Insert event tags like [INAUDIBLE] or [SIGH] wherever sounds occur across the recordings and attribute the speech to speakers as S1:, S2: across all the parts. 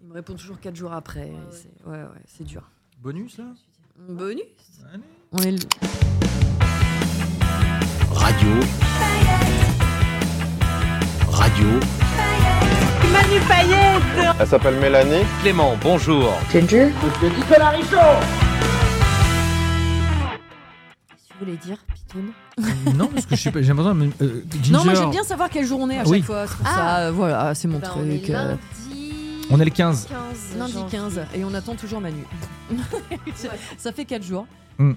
S1: Ils me répondent toujours 4 jours après. et c'est- Ouais, ouais, c'est dur.
S2: Bonus là
S1: Bonus
S2: Allez.
S1: On est le-
S3: Radio. Radio.
S4: Elle s'appelle Mélanie.
S2: Clément, bonjour.
S1: Tu voulais dire, Pitoun
S2: non, parce que je sais pas, j'ai l'impression. euh, Ginger,
S1: Non, moi j'aime bien savoir quelle jour on est à chaque
S2: Oui.
S1: fois. c'est pour ça, euh, voilà, c'est mon
S5: Ah. Bah, on
S1: truc.
S5: est
S1: euh,
S5: lundi...
S2: On est le 15.
S5: 15
S1: Lundi
S5: janvier.
S1: 15 et on attend toujours Manu. [LAUGHS] ça fait 4 jours.
S2: Mm.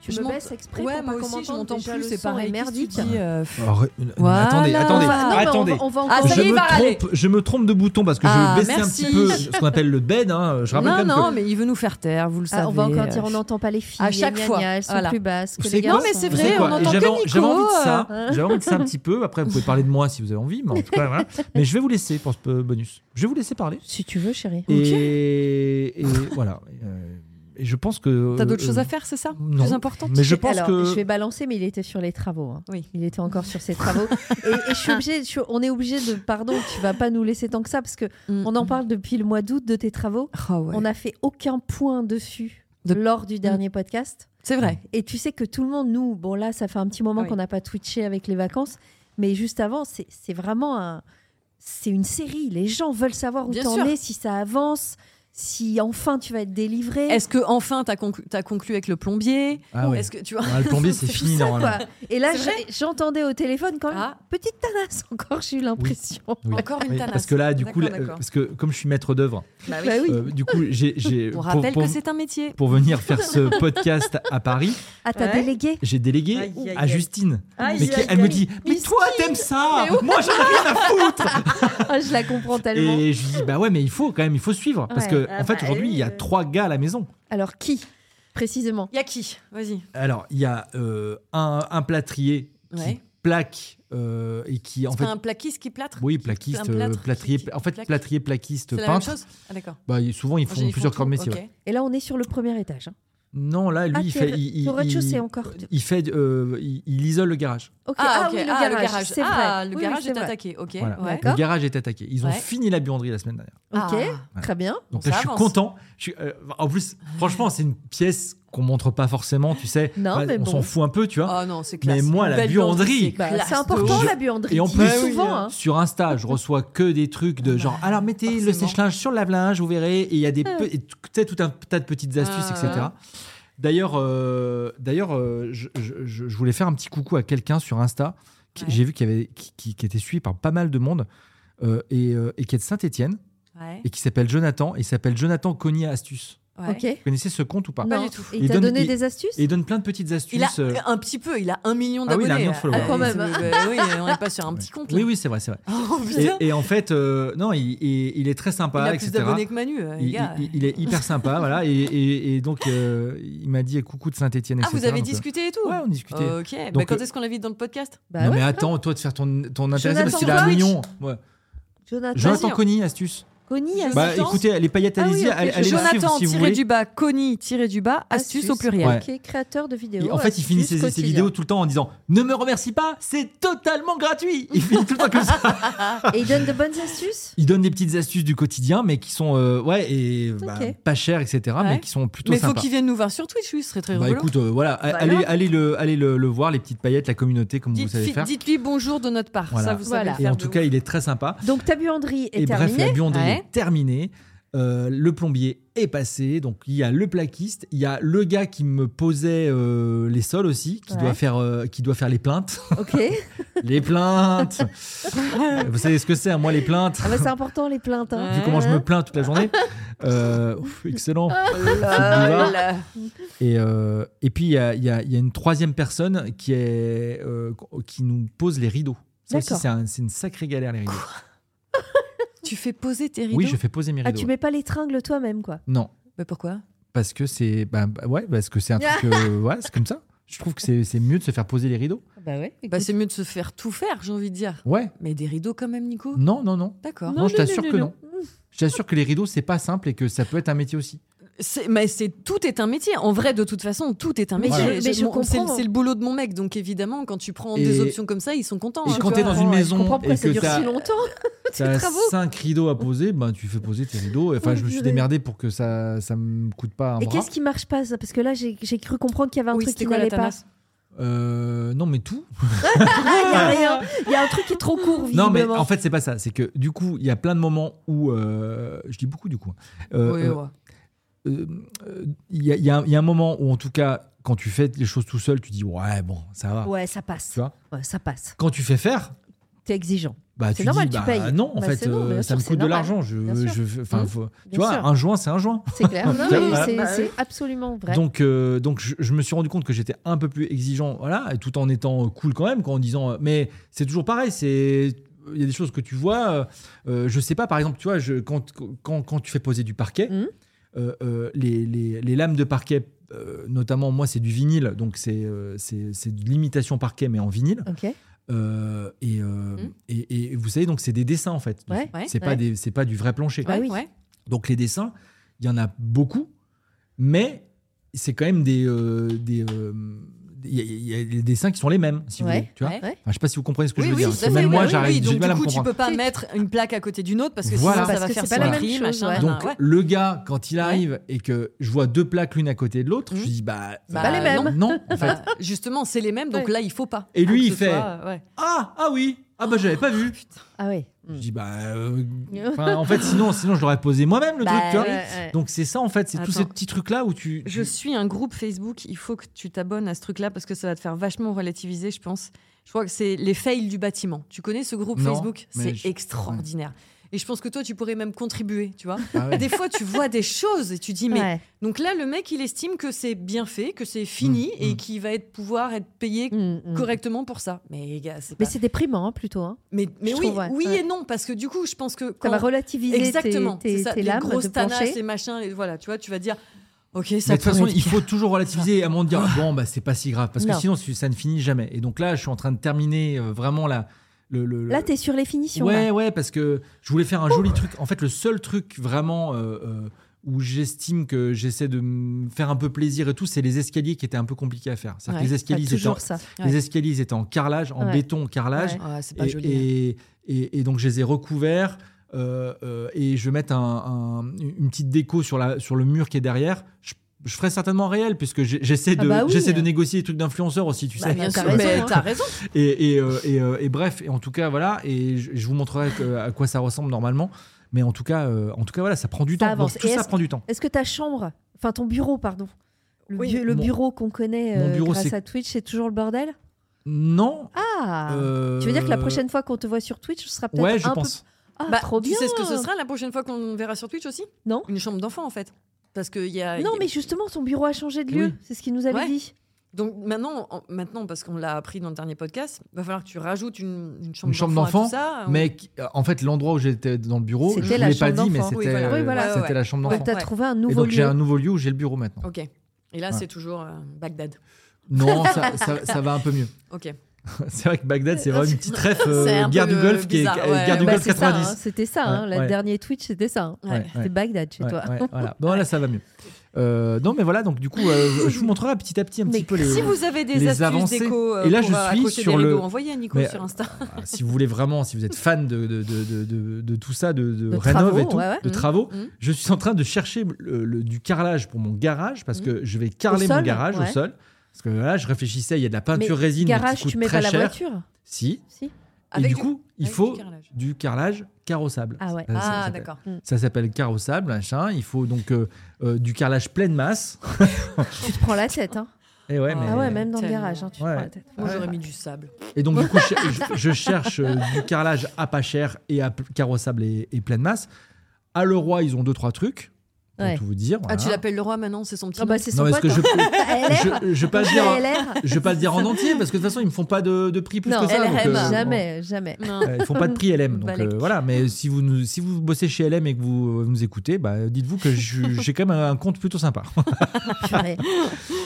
S5: Tu
S1: Je
S5: me
S1: monte-
S5: baisses exprès
S1: ouais,
S5: pour
S1: moi
S5: pas qu'on
S1: aussi je
S5: m'entende,
S1: m'entends
S5: déjà,
S1: plus,
S5: le
S1: c'est
S5: son est
S1: pareil.
S5: merdique.
S1: Qu'est-ce que tu dis, euh, pff.
S2: Alors, euh,
S1: Voilà.
S2: Attendez, attendez.
S1: Enfin,
S5: non, mais on
S2: attendez.
S5: va- on va
S1: Ah,
S5: encore-
S1: ça
S2: je,
S1: y est, il
S2: me
S1: va râler.
S2: trompe, je me trompe de bouton parce que
S1: Ah,
S2: je baissais
S1: merci.
S2: un petit peu ce qu'on appelle le bed. hein. Je rappelle
S1: Non,
S2: quand même
S1: non,
S2: que-
S1: mais il veut nous faire taire, vous le
S5: Ah,
S1: savez.
S5: on va encore dire,
S1: euh,
S5: on n'entend pas les filles.
S1: à chaque
S5: gna, gna,
S1: fois,
S5: gna, elles sont
S1: voilà.
S5: plus basses. que
S2: Vous
S5: les
S2: savez quoi
S5: garçons.
S1: Non, mais c'est
S2: Vous
S1: vrai,
S2: savez quoi
S1: on
S2: Et
S1: entend
S2: j'avais,
S1: que
S2: j'avais
S1: Nico,
S2: envie de ça.
S5: euh.
S2: J'avais envie de ça un petit peu. Après, vous pouvez parler de moi si vous avez envie, mais en tout
S1: [LAUGHS]
S2: cas, voilà. Mais je vais vous laisser pour ce bonus. Je vais vous laisser parler.
S5: Si tu veux, chérie.
S2: Et, et voilà. Euh, et je pense que.
S1: T'as d'autres
S2: euh,
S1: choses à faire, c'est ça
S2: non.
S1: Plus important
S2: Mais je pense
S5: Alors,
S2: que.
S5: je vais balancer, mais il était sur les travaux. hein.
S1: Oui.
S5: Il était encore sur ses travaux. et, et je suis obligée, je suis- on est obligé de. Pardon, tu vas pas nous laisser tant que ça, parce que on en parle depuis le mois d'août de tes travaux.
S1: Ah ouais.
S5: On n'a fait aucun point dessus
S1: De-
S5: lors du dernier podcast.
S1: C'est vrai.
S5: Et tu sais que tout le monde, nous, bon là, ça fait un petit moment
S1: Oui.
S5: qu'on n'a pas twitché avec les vacances, mais juste avant, c'est c'est vraiment un, c'est une série. Les gens veulent savoir où
S1: Bien
S5: t'en
S1: sûr.
S5: es, si ça avance, si enfin tu vas être délivré.
S1: Est-ce que enfin t'as conclu, t'as conclu avec le plombier
S2: Ah ouais.
S1: Est-ce que tu vois
S2: Ah, le
S1: [LAUGHS]
S2: plombier, c'est
S5: C'est
S2: fini
S5: ça,
S2: normalement.
S5: quoi. Et là,
S1: C'est vrai
S5: j'ai- j'entendais au téléphone quand même
S1: Ah.
S5: petite tanasse encore. J'ai eu l'impression.
S2: Oui.
S1: Encore une
S2: Oui,
S1: tanasse.
S2: Parce que là, du coup,
S1: D'accord,
S2: là,
S1: d'accord.
S2: parce que comme je suis maître d'œuvre,
S1: Bah oui.
S5: Bah oui.
S2: euh, du coup,
S1: [LAUGHS]
S2: j'ai. j'ai-
S1: On
S2: pour-
S1: rappelle
S2: pour-
S1: que c'est un métier.
S2: pour venir faire ce podcast à Paris,
S5: Ah, t'as
S1: Ouais.
S5: délégué.
S2: j'ai délégué
S1: Aïe, aïe,
S2: à
S1: aïe.
S2: Justine.
S1: Aïe,
S2: mais qui-
S1: aïe,
S2: elle me
S1: aïe.
S2: dit Mais
S1: Mais
S2: toi,
S1: si.
S2: t'aimes ça
S1: Mais ouais.
S2: Moi, j'en ai rien à foutre
S5: Ah, je la comprends tellement.
S2: Et je lui dis Bah ouais, mais il faut quand même, il faut suivre. Parce
S5: Ouais.
S2: que,
S1: Ah
S2: en fait,
S1: bah,
S2: aujourd'hui,
S1: oui,
S2: il y a
S1: euh.
S2: trois gars à la maison.
S5: Alors qui précisément
S1: Y a qui Vas-y.
S2: Alors, il y a euh, un, un plâtrier qui
S1: Ouais.
S2: plaque euh, et qui, en
S1: C'est
S2: fait.
S1: pas un plaquiste qui plâtre
S2: Oui, plaquiste,
S1: un
S2: euh,
S1: plâtre qui-
S2: plâtrier.
S1: qui
S2: En fait,
S1: plaque
S2: plâtrier, plaquiste,
S1: C'est la même
S2: peintre.
S1: chose Ah d'accord.
S2: Bah, ils- souvent, ils
S1: J'ai-
S2: font plusieurs
S1: tout,
S2: corps de métier.
S1: ok.
S2: ouais.
S5: Et là, on est sur le premier étage. hein.
S2: Non, là, lui,
S5: Ah,
S2: il
S5: t'es-
S2: fait. Il,
S5: t'es au
S2: il-
S5: rez-de-chaussée
S2: il-
S5: encore.
S2: Il fait. euh, il, il isole le garage.
S5: Ok.
S1: Ah, ok.
S5: oui, le
S1: Ah,
S5: garage. C'est
S1: Ah,
S5: vrai.
S1: le
S5: Oui, oui,
S1: garage
S5: c'est
S1: est
S5: vrai.
S1: attaqué. Ok.
S2: Voilà.
S1: ouais.
S5: D'accord.
S2: Le garage est attaqué. Ils ont
S1: Ouais.
S2: fini la buanderie la semaine dernière.
S5: Ok.
S1: Ah.
S5: Très bien.
S2: Donc
S1: Ça
S2: là, je suis
S1: avance.
S2: content. Je suis, euh, en plus, franchement, c'est une pièce qu'on montre pas forcément, tu sais. Bah,
S5: Non, mais
S2: on
S5: bon.
S2: s'en fout un peu, tu vois.
S1: Ah non, c'est classe.
S2: Mais moi,
S1: Une
S2: la
S1: belle
S2: buanderie.
S1: c'est
S2: Bah,
S5: Bah,
S1: classe
S5: c'est
S1: de
S5: important
S1: ouf.
S5: la buanderie.
S2: Et en
S5: Dis
S2: plus-
S5: souvent. hein. Ah bah,
S2: Sur Insta, je reçois que des trucs de genre, alors mettez le
S1: forcément.
S2: sèche-linge sur le lave-linge, vous verrez. Et il y a des,
S5: Ah.
S2: pe- et tout- tu sais, tout un tas de petites astuces,
S1: Ah.
S2: etc. D'ailleurs, euh, d'ailleurs, euh, je, je- je- je voulais faire un petit coucou à quelqu'un sur Insta. qui-
S1: Ouais.
S2: J'ai vu qu'il y avait, qui, qui- qui était suivi par pas mal de monde euh, et, euh, et qui est de Saint-Étienne
S1: Ouais.
S2: et qui s'appelle Jonathan. Et il s'appelle Jonathan Cognier Astuce.
S1: ouais.
S5: hein. Ok.
S2: Vous connaissez ce compte ou pas
S1: Pas
S5: Non.
S1: du tout.
S5: Et
S2: Il
S5: il t'a
S2: donne-
S5: donné
S2: il-
S5: des astuces
S2: Et il donne plein de petites astuces.
S1: Il a
S2: euh,
S1: un petit peu, il a un million
S2: Ah oui,
S1: d'abonnés.
S2: il a un million de followers.
S5: Ah, quand même.
S1: mais- bah oui, on n'est pas sur un petit compte. là.
S2: Oui, oui, c'est vrai, c'est vrai.
S1: [LAUGHS] Oh, putain.
S2: Et, et en fait, euh, non, il, il- il est très sympa,
S1: il a plus
S2: etc.
S1: d'abonnés que Manu, euh, les
S2: Il,
S1: gars.
S2: il- il est hyper sympa,
S1: [LAUGHS]
S2: voilà. Et, et- et donc, euh, il m'a dit coucou de Saint-Etienne.
S1: ah, vous avez discuté et tout
S2: euh. Ouais, on discutait.
S1: Ok. Bah,
S2: Donc,
S1: quand
S2: euh,
S1: est-ce qu'on l'invite dans le podcast
S5: Bah
S2: non,
S5: ouais.
S2: mais attends, toi, de faire ton, ton intéressé
S5: Jonathan
S2: parce qu'il a un
S1: Twitch.
S2: million. Ouais.
S5: Jonathan,
S2: Jonathan
S1: Vas-y.
S2: Conny, astuce.
S5: Connie, elle-
S2: Bah
S1: Jonathan
S2: écoutez, les paillettes,
S5: Ah
S2: allez-y,
S5: oui, ok,
S2: allez,
S5: je-
S2: allez le
S1: Jonathan,
S2: suivre si vous
S1: tiré
S2: voulez.
S1: du bas, Connie, tiré du bas, astuce, au pluriel.
S2: Ouais.
S5: Ok, créateur de vidéos.
S2: Et en fait, il
S5: astuces
S2: finit ses, ses
S5: quotidiennes.
S2: vidéos tout le temps en disant Ne me remercie pas, c'est totalement gratuit. Il finit tout le temps comme ça.
S5: Et il donne de bonnes astuces
S2: Il donne des petites astuces du quotidien, mais qui sont euh, ouais et bah,
S5: Ok.
S2: pas chères, etc. Mais
S1: Ouais.
S2: qui sont plutôt
S1: Mais faut
S2: sympas.
S1: qu'il vienne nous voir sur Twitch, lui, ce serait très
S2: Bah
S1: rigolo.
S2: écoute, euh, voilà, a-
S5: Bah
S2: allez,
S5: alors
S2: allez, le, allez le, le voir, les petites paillettes, la communauté, comme vous
S1: Dites-
S2: savez
S1: fi-
S2: faire.
S1: Dites-lui bonjour de notre part.
S2: Voilà.
S1: Ça, vous
S5: Voilà.
S1: savez
S2: Et
S1: le
S2: en
S1: faire
S2: tout
S1: de
S2: cas,
S1: ouf.
S2: il est très sympa.
S5: Donc ta buanderie est
S2: Et bref, la
S5: terminée.
S2: buanderie
S1: Ouais.
S2: est terminée. Euh, le plombier est passé, donc il y a le plaquiste, il y a le gars qui me posait euh, les sols aussi, qui
S5: Ouais.
S2: doit faire, euh, qui doit faire les plaintes,
S5: Ok.
S2: les plaintes. Vous savez ce que c'est, hein, moi les plaintes.
S5: Ah bah, c'est important les plaintes. hein.
S2: Vu comment je me plains toute la journée. Euh, ouf, excellent. [LAUGHS] Buvard. Et, euh, et puis, il y a, il y a- il y a une troisième personne qui, est, euh, qui nous pose les rideaux. Ça aussi,
S5: D'accord.
S2: c'est un- c'est une sacrée galère, les rideaux.
S1: tu fais poser tes rideaux
S2: Oui, je fais poser mes
S5: Ah,
S2: rideaux.
S5: tu
S2: ouais.
S5: mets pas les tringles toi-même, quoi.
S2: Non,
S1: Mais pourquoi
S2: parce que c'est bah, bah, ouais, parce que c'est un [LAUGHS] truc euh, ouais, c'est comme ça. Je trouve que c'est c'est mieux de se faire poser les rideaux.
S5: Bah ouais.
S1: bah, C'est mieux de se faire tout faire, j'ai envie de dire.
S2: Ouais.
S1: Mais des rideaux quand même, Nico
S2: Non, non, non.
S1: D'accord.
S2: Non, je t'assure que non. Je t'assure que les rideaux c'est pas simple et que ça peut être un métier aussi.
S1: C'est- Mais c'est tout est un métier. En vrai, de toute façon, tout est un
S5: Mais
S1: métier.
S5: je- mais je
S1: Mon- c'est-
S5: comprends.
S1: C'est le boulot de mon mec, donc évidemment, quand tu prends
S2: Et-
S1: des options comme ça, ils sont contents.
S2: et
S1: hein,
S2: quand
S1: tu
S2: t'es
S1: vois.
S2: dans une
S5: Ouais,
S2: maison
S5: Oh, Je comprends pourquoi
S2: et
S5: ça
S2: que
S5: dure
S2: t'as-
S5: si longtemps.
S2: [LAUGHS]
S5: tes
S2: T'as
S5: travaux.
S2: 5 rideaux à poser, ben tu fais poser tes rideaux. Enfin, je me suis
S5: purée.
S2: démerdé pour que ça ça me coûte pas un
S5: Et
S2: bras.
S5: qu'est-ce qui marche pas ça Parce que là, j'ai j'ai cru comprendre qu'il y avait un
S1: Oui,
S5: truc
S1: c'était
S5: qui
S1: quoi la
S5: n'allait pas.
S1: tanasse
S2: Euh, non, mais tout.
S5: Ah,
S2: [LAUGHS]
S5: il y a rien. Il y a un truc qui est trop court, visiblement.
S2: Non, mais en fait, c'est pas ça. C'est que du coup, il y a plein de moments où. euh, je dis beaucoup du coup. Euh,
S1: Ouais,
S2: euh,
S1: ouais.
S2: euh, il y, a- il y a un- il y a un moment où, en tout cas, quand tu fais les choses tout seul, tu dis ouais, bon, ça va.
S5: Ouais, ça
S2: Tu
S5: passe.
S2: vois
S5: Ouais, ça passe.
S2: Quand tu fais faire,
S5: T'es exigeant.
S2: bah,
S5: C'est
S2: tu
S5: normal,
S2: dis
S5: tu
S2: bah,
S5: payes.
S2: non, en
S5: Bah,
S2: fait,
S5: c'est non,
S2: euh,
S5: bien
S2: ça
S5: sûr,
S2: me
S5: c'est
S2: coûte de
S5: normal.
S2: l'argent. Je,
S5: Bien sûr.
S2: je- enfin,
S5: Mmh.
S2: faut- tu
S5: Bien
S2: vois,
S5: sûr.
S2: un joint, c'est un joint.
S5: C'est clair. Non,
S2: Tiens,
S5: mais
S2: bah,
S5: c'est-
S1: bah,
S5: c'est absolument vrai.
S2: Donc, euh, donc je, je me suis rendu compte que j'étais un peu plus exigeant, voilà, et tout en étant euh, cool quand même, quand en disant. euh, mais c'est toujours pareil, c'est. Il y a des choses que tu vois. euh, euh, je sais pas, par exemple, tu vois, je, quand, quand, quand tu fais poser du parquet,
S5: Mhm.
S2: euh, euh, les, les- les lames de parquet, euh, notamment moi, c'est du vinyle, donc c'est euh, c'est c'est de l'imitation parquet, mais en vinyle.
S5: Ok.
S2: Euh, et, euh,
S1: Mhm.
S2: et, et vous savez, donc c'est des dessins en fait.
S5: Mmh. Ouais,
S1: ouais,
S2: c'est
S5: ouais.
S2: pas des c'est pas du vrai plancher.
S5: Bah oui.
S1: Ouais.
S2: Donc les dessins, il y en a beaucoup, mais c'est quand même des euh, des euh, il y, a- il y a des dessins qui sont les mêmes, si vous
S5: Ouais,
S2: voulez. Tu vois
S1: ouais.
S2: Enfin, je sais pas si vous comprenez ce que
S1: Oui,
S2: je veux
S1: oui,
S2: dire.
S1: tout à
S2: C'est
S1: fait,
S2: Même
S1: bah
S2: moi,
S1: oui,
S2: j'arrive,
S1: oui,
S2: j'ai
S1: donc
S2: du mal à
S1: du
S2: me
S1: coup, tu
S2: comprendre.
S1: peux pas mettre une plaque à côté d'une autre parce que
S2: Voilà.
S1: sinon ça
S5: Parce
S1: va
S5: que
S1: faire
S5: c'est pas la même
S1: symétrie,
S5: chose,
S1: machin.
S5: ouais.
S1: nan,
S2: Donc
S1: nan, ouais.
S2: le gars, quand il arrive et que je vois deux plaques l'une à côté de l'autre, je
S1: Mhm.
S2: dis bah,
S1: Bah,
S5: pas les mêmes.
S2: Non, non, en fait.
S1: [LAUGHS] Bah, justement, c'est les mêmes, donc
S5: Ouais.
S1: là, il faut pas.
S2: Et lui,
S1: Faut que ce
S2: il
S1: Oh,
S2: fait-
S1: soit, ouais.
S2: Ah ah oui. Ah bah j'avais pas vu.
S5: Ah ouais.
S2: Je dis bah
S1: [LAUGHS]
S2: euh, enfin, en fait sinon sinon je l'aurais posé moi-même le
S1: Bah,
S2: truc, tu vois.
S1: oui.
S2: Donc c'est ça en fait, c'est tous ces
S1: Attends.
S2: petits trucs là où tu
S1: Je suis un groupe Facebook, il faut que tu t'abonnes à ce truc-là parce que ça va te faire vachement relativiser, je pense. Je crois que c'est les fails du bâtiment. Tu connais ce groupe
S2: Non,
S1: Facebook
S2: mais
S1: C'est
S2: je-
S1: extraordinaire. Et je pense que toi, tu pourrais même contribuer, tu vois.
S2: Ah ouais.
S1: Des fois, tu vois des choses et tu dis, mais
S5: Ouais.
S1: donc là, le mec, il estime que c'est bien fait, que c'est fini
S2: Mm,
S1: et
S2: mm.
S1: qu'il va être, pouvoir être payé
S5: Mm, mm.
S1: correctement pour ça. Mais les gars, c'est
S5: Mais
S1: pas...
S5: c'est déprimant, hein, plutôt. hein.
S1: Mais, mais
S5: je
S1: oui,
S5: trouve, ouais,
S1: oui
S5: ouais.
S1: et non, parce que du coup, je pense que...
S5: Ça
S1: Quand...
S5: va relativiser tes-
S1: Exactement,
S5: tes,
S1: c'est ça.
S5: tes
S1: les
S5: lames
S1: grosses
S5: de
S1: tanaches, les
S5: plancher.
S1: machins, les... voilà, tu vois, tu vas dire, ok, ça
S2: Mais de toute façon,
S1: pourrait être
S2: il faut toujours relativiser et à un moment dire bon, bah, c'est pas si grave parce que
S5: Non.
S2: sinon tu- ça ne finit jamais. Et donc là, je suis en train de terminer euh, vraiment la. Le, le- le-
S5: Là, t'es sur les finitions.
S2: Ouais,
S5: là.
S2: ouais, parce que je voulais faire un joli truc. En fait, le seul truc vraiment euh, euh, où j'estime que j'essaie de me faire un peu plaisir et tout, c'est les escaliers qui étaient un peu compliqués à faire. C'est-à-dire que les
S5: T'as
S1: bah,
S2: escaliers, ils étaient en,
S5: toujours ça.
S2: les escaliers ils étaient en carrelage, en
S5: Ouais.
S2: béton carrelage.
S5: Ouais.
S1: Ah, c'est pas
S2: et,
S1: joli. hein.
S2: et- et- et donc je les ai recouverts euh, euh, et je vais mettre un- un- une petite déco sur, la, sur le mur qui est derrière. Je, je ferai certainement en réel puisque j'ai- j'essaie
S5: Ah
S2: de,
S5: bah oui.
S2: j'essaie de négocier des trucs d'influenceurs aussi, tu sais.
S5: bien
S1: Bah, Bien
S5: t'as
S1: sûr,
S5: raison,
S1: mais
S5: hein.
S1: t'as
S5: [LAUGHS]
S1: raison.
S2: Et, et, euh, et, euh, et bref, et en tout cas voilà, et je, je vous montrerai que- à quoi ça ressemble normalement. Mais en tout cas, euh, en tout cas voilà, ça prend du
S5: Ça
S2: temps. Donc,
S5: avance.
S2: tout
S5: Et
S2: ça
S5: est-ce-
S2: prend du temps.
S5: Est-ce que ta chambre, enfin ton bureau, pardon, le,
S2: Oui.
S5: bu- le
S2: Mon-
S5: bureau qu'on connaît
S2: mon
S5: euh,
S2: bureau,
S5: grâce
S2: c'est-
S5: à Twitch, c'est toujours le bordel
S2: Non.
S5: Ah
S2: euh,
S5: Tu veux dire que la prochaine fois qu'on te voit sur Twitch, ce sera peut-être
S2: Ouais, je
S5: un
S2: pense.
S5: peu... Ah,
S1: Bah,
S5: trop bien
S1: Tu sais ce que ce sera la prochaine fois qu'on verra sur Twitch aussi
S5: Non.
S1: Une chambre d'enfant en fait. Parce que Ah, il y a.
S5: Non,
S1: il y a-
S5: mais justement, son bureau a changé de lieu.
S2: Oui.
S5: C'est ce qu'il nous avait
S1: Ouais.
S5: dit.
S1: Donc maintenant, en- maintenant parce qu'on l'a appris dans le dernier podcast, va falloir que tu rajoutes une, chambre,
S2: Une chambre
S1: d'enfant. à
S2: d'enfant,
S1: tout ça. On-
S2: Mais qui- en fait, l'endroit où j'étais dans le bureau, je
S5: C'était
S2: ne
S5: la
S2: l'ai pas
S5: chambre
S2: dit, mais
S5: d'enfant.
S2: c'était
S1: Oui, voilà.
S5: Oui, voilà.
S2: euh,
S1: Ouais,
S2: c'était
S1: ouais.
S2: la chambre
S1: Ouais.
S2: d'enfant.
S5: Donc, t'as
S1: Ouais.
S5: trouvé un
S2: Et
S5: nouveau
S2: donc j'ai
S5: lieu.
S2: un nouveau lieu où j'ai le bureau maintenant.
S1: Ok. Et là,
S2: Ouais.
S1: c'est toujours euh, Bagdad.
S5: [LAUGHS]
S2: Non, ça, ça- ça va un peu mieux. [LAUGHS]
S1: Ok.
S2: C'est vrai que Bagdad, c'est vraiment une petite ref euh,
S1: C'est un peu
S2: guerre du Golfe
S1: bizarre,
S2: qui est
S1: ouais.
S2: guerre du
S1: Bah,
S2: Golfe
S5: c'est ça,
S2: 90.
S5: hein, c'était ça. hein,
S2: Ouais,
S5: le
S2: ouais.
S5: dernier Twitch, c'était ça. hein.
S1: Ouais.
S5: C'était Bagdad chez
S2: Ouais,
S5: toi.
S2: ouais, voilà. Bon, là, ça va mieux. Euh, non, mais voilà, donc du coup, euh, je vous montrerai petit à petit un
S5: Mais
S2: petit peu les.
S1: Si vous avez des
S2: les
S1: astuces
S2: avancées.
S1: déco euh,
S2: Et là,
S1: pour
S2: je
S1: euh,
S2: suis
S1: accrocher
S2: sur
S1: des
S2: le-
S1: rideaux, envoyez à Nico
S2: Mais-
S1: sur Insta.
S2: Voilà, Ah, si vous voulez vraiment, si vous êtes fan de, de, de, de, de- de tout ça, de, de,
S5: De
S2: rénov
S5: travaux,
S2: et tout,
S5: ouais, ouais. Mm,
S2: de
S1: Mhm.
S2: travaux,
S1: Mhm.
S2: je suis en train de chercher le- le- du carrelage pour mon garage parce que je vais carreler
S5: Mm. Au
S2: mon
S5: sol,
S2: garage au
S5: ouais.
S2: sol. Parce que là, je réfléchissais, il y a de la
S5: Mais
S2: peinture résine mais
S5: garage,
S2: qui coûte
S5: tu mets
S2: très
S5: pas la
S2: cher.
S5: voiture
S2: Si.
S5: Si.
S2: et
S1: Avec
S2: du
S1: du-
S2: coup, il
S1: avec du
S2: faut
S1: carrelage.
S2: du carrelage carrossable.
S5: Ah ouais.
S2: Ça- ça
S1: Ah,
S2: s'appelle.
S1: d'accord.
S2: Ça s'appelle carrossable, machin. Il faut donc euh, euh, du carrelage pleine masse.
S5: Tu te prends la tête. hein.
S2: Et, ouais, mais-
S5: Ah ouais, même dans le
S1: Tellement.
S5: garage, hein, tu te
S2: Ouais.
S5: prends la tête.
S1: Moi,
S2: Ouais.
S1: j'aurais mis du sable.
S2: et donc, du coup,
S5: [LAUGHS]
S2: je, je- je cherche euh, du carrelage à pas cher et à p- carrossable et, et pleine masse. À Leroy, ils ont deux, trois trucs. pour
S5: Ouais.
S2: tout vous dire.
S1: Ah, tu
S2: voilà.
S1: l'appelles le roi maintenant, c'est son petit.
S5: Ah bah
S1: nom.
S5: c'est
S2: Non,
S5: son
S2: mais est-ce
S5: pote.
S2: que je
S5: hein.
S2: peux-
S5: [LAUGHS] LR.
S2: je, je vais pas le dire, en-
S5: LR.
S2: je vais pas le dire en entier parce que de toute façon ils me font pas de, de prix plus
S5: Non,
S2: que ça. donc,
S1: LRM,
S2: euh,
S5: jamais, jamais.
S1: Non.
S2: euh, ils font pas de prix LM. Donc euh,
S1: Balek.
S2: voilà, mais si vous, nous- si vous bossez chez LM et que vous euh, nous écoutez, bah, dites-vous que je- j'ai quand même un compte plutôt sympa. [LAUGHS]
S5: Purée.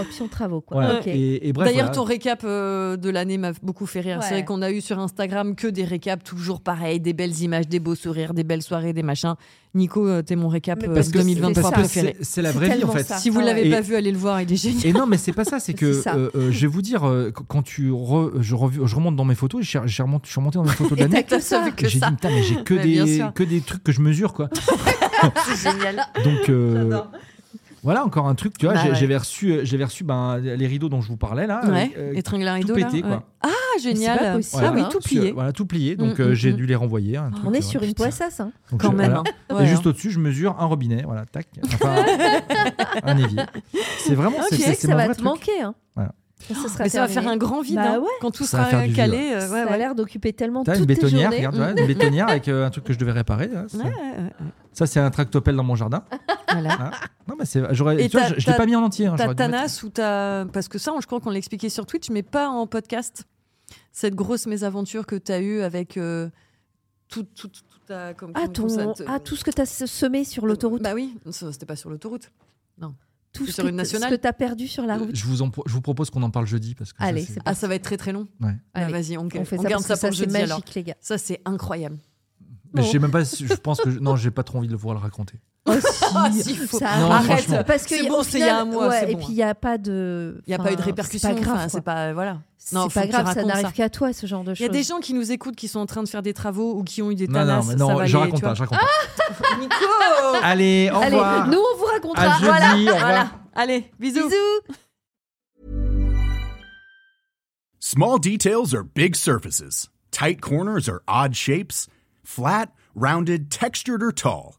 S5: Option travaux, quoi.
S2: Voilà.
S5: Ok.
S2: et, et [LAUGHS] bref,
S1: D'ailleurs,
S2: voilà.
S1: ton récap euh, de l'année m'a beaucoup fait rire. C'est
S5: Ouais.
S1: vrai qu'on a eu sur Instagram que des récaps toujours pareils, des belles images, des beaux sourires, des belles soirées, des machins. Nico, euh, t'es mon récap
S5: Mais
S1: euh,
S5: parce que
S1: 2023
S5: c'est ça.
S1: préféré.
S2: c'est- c'est la
S5: C'est
S2: vraie vie en
S5: tellement
S2: fait.
S5: ça.
S1: Si vous
S5: Ah
S1: l'avez
S2: ouais.
S1: pas vu, allez le voir, il est
S2: [LAUGHS]
S1: génial.
S2: Et non, mais c'est pas
S1: [LAUGHS]
S2: ça, c'est que
S5: C'est ça.
S2: euh, euh, je vais vous dire, euh, qu- quand tu re- je, revu- je remonte dans mes photos, j'ai- j'ai remonté- je suis remonté dans
S1: [LAUGHS]
S2: mes photos de
S5: Et
S2: l'année.
S5: t'as que ça.
S1: vu que
S2: Et J'ai dit,
S1: ça.
S2: putain, mais j'ai que,
S1: Mais bien
S2: des,
S1: sûr.
S2: que des trucs que je mesure, quoi.
S1: [LAUGHS] C'est génial.
S2: Donc, euh, voilà encore un truc, tu vois,
S1: Bah
S2: j'ai-
S1: ouais.
S2: j'avais reçu, euh, j'avais reçu ben, les rideaux dont je vous parlais, là.
S1: Ouais,
S2: euh,
S1: étringle à rideau.
S2: tout
S1: là.
S2: pété,
S1: Ouais.
S2: quoi.
S1: Ah, génial.
S5: pas possible.
S1: Ah oui,
S2: Voilà.
S1: tout
S2: Parce que-
S1: plié.
S2: Voilà, tout plié. Donc,
S1: Mm,
S2: euh,
S1: mm,
S2: j'ai
S1: mm.
S2: dû les renvoyer. un truc,
S5: On
S2: euh,
S5: est sur une
S2: putain.
S5: poissasse, hein.
S2: Donc,
S1: Quand
S2: je-
S1: même.
S2: voilà.
S1: hein.
S2: Et
S1: Ouais,
S2: juste
S1: hein.
S2: au-dessus, je mesure un robinet, voilà, tac, enfin, un évier. C'est vraiment, c'est-
S5: Tu sais
S2: c'est
S5: que
S2: c'est
S5: ça
S2: mon
S5: va
S2: vrai
S5: te
S2: truc.
S5: manquer, hein.
S2: Voilà.
S5: Quand ce sera
S1: Mais ça va faire
S5: terminé.
S1: un grand vide
S5: Bah
S1: hein.
S5: ouais.
S1: quand tout
S2: Ça va
S1: sera
S2: faire du vide,
S1: calé. euh, ouais,
S5: Ça a
S1: ouais.
S5: l'air d'occuper tellement
S2: T'as
S5: toutes
S2: une
S5: tes journées.
S2: bétonnière, regarde, voilà, une bétonnière avec euh, un truc que je devais réparer. là, ça.
S1: Ouais, ouais, ouais.
S2: Ça, c'est un tractopelle dans mon jardin.
S1: Voilà.
S2: Hein non, mais c'est, j'aurais,
S1: Et
S2: tu vois,
S1: t'as-
S2: je, je l'ai
S1: t'as-
S2: pas mis en entier. hein,
S1: T'as
S2: j'aurais dû mettre-
S1: Thanas ou t'as. Parce que ça, on- je crois qu'on l'expliquait sur Twitch, mais pas en podcast. Cette grosse mésaventure que t'as eue avec euh, tout, tout, tout ta- Comme,
S5: Ah,
S1: comme-
S5: ton...
S1: comme ça te-
S5: ah, tout ce que t'as se- semé sur l'autoroute.
S1: Bah oui, ça, c'était pas sur l'autoroute.
S5: tout ce
S1: sur
S5: que
S1: une
S5: t- ce
S1: nationale.
S5: que t'as perdu sur la route.
S2: Je vous, en pro- je vous propose qu'on en parle jeudi parce que ça,
S5: Allez,
S2: c'est-
S5: c'est
S1: Ah, ça va être très très long.
S2: Ouais.
S1: Ah,
S5: Allez,
S1: Vas-y, on,
S5: On fait
S1: on
S5: ça
S1: garde
S5: parce
S1: ça
S5: que ça,
S1: pour
S5: c'est
S1: jeudi alors.
S5: magique, les gars.
S1: Ça, c'est incroyable.
S2: Mais je sais même pas. si- Je pense que je- non, j'ai pas trop envie de le voir le raconter.
S5: [LAUGHS] Oh,
S1: Ah,
S5: si.
S1: si, faut-
S5: Ça-
S2: Non,
S5: Arrête,
S2: franchement.
S5: parce que
S1: C'est
S5: y a-
S1: bon,
S5: au
S1: c'est il y a
S5: final-
S1: un mois,
S5: ouais,
S1: c'est
S5: et
S1: bon.
S5: puis il n'y a pas de,
S1: Il n'y a pas eu de
S5: enfin,
S1: répercussions.
S5: C'est pas grave,
S1: enfin, c'est
S5: quoi.
S1: pas. Voilà.
S5: C'est
S1: Non, faut
S5: pas
S1: que tu
S5: grave, ça
S1: racontes
S5: n'arrive
S1: ça.
S5: qu'à toi ce genre de
S1: Il y a
S5: choses.
S1: des gens qui nous écoutent qui sont en train de faire des travaux ou qui ont eu des
S2: Non,
S1: Thanas.
S2: non, mais
S1: ça va
S2: non, je
S1: aller,
S2: raconte
S1: tu
S2: pas.
S1: vois.
S2: Je raconte pas.
S1: [LAUGHS] Nico
S2: Allez, au
S5: Ah Allez,
S2: revoir.
S5: nous on vous racontera.
S2: À jeudi,
S5: voilà,
S2: au revoir.
S5: voilà.
S1: Allez, bisous.
S5: Bisous.
S6: Small details are big surfaces. Tight corners are odd shapes. Flat, rounded, textured, or tall.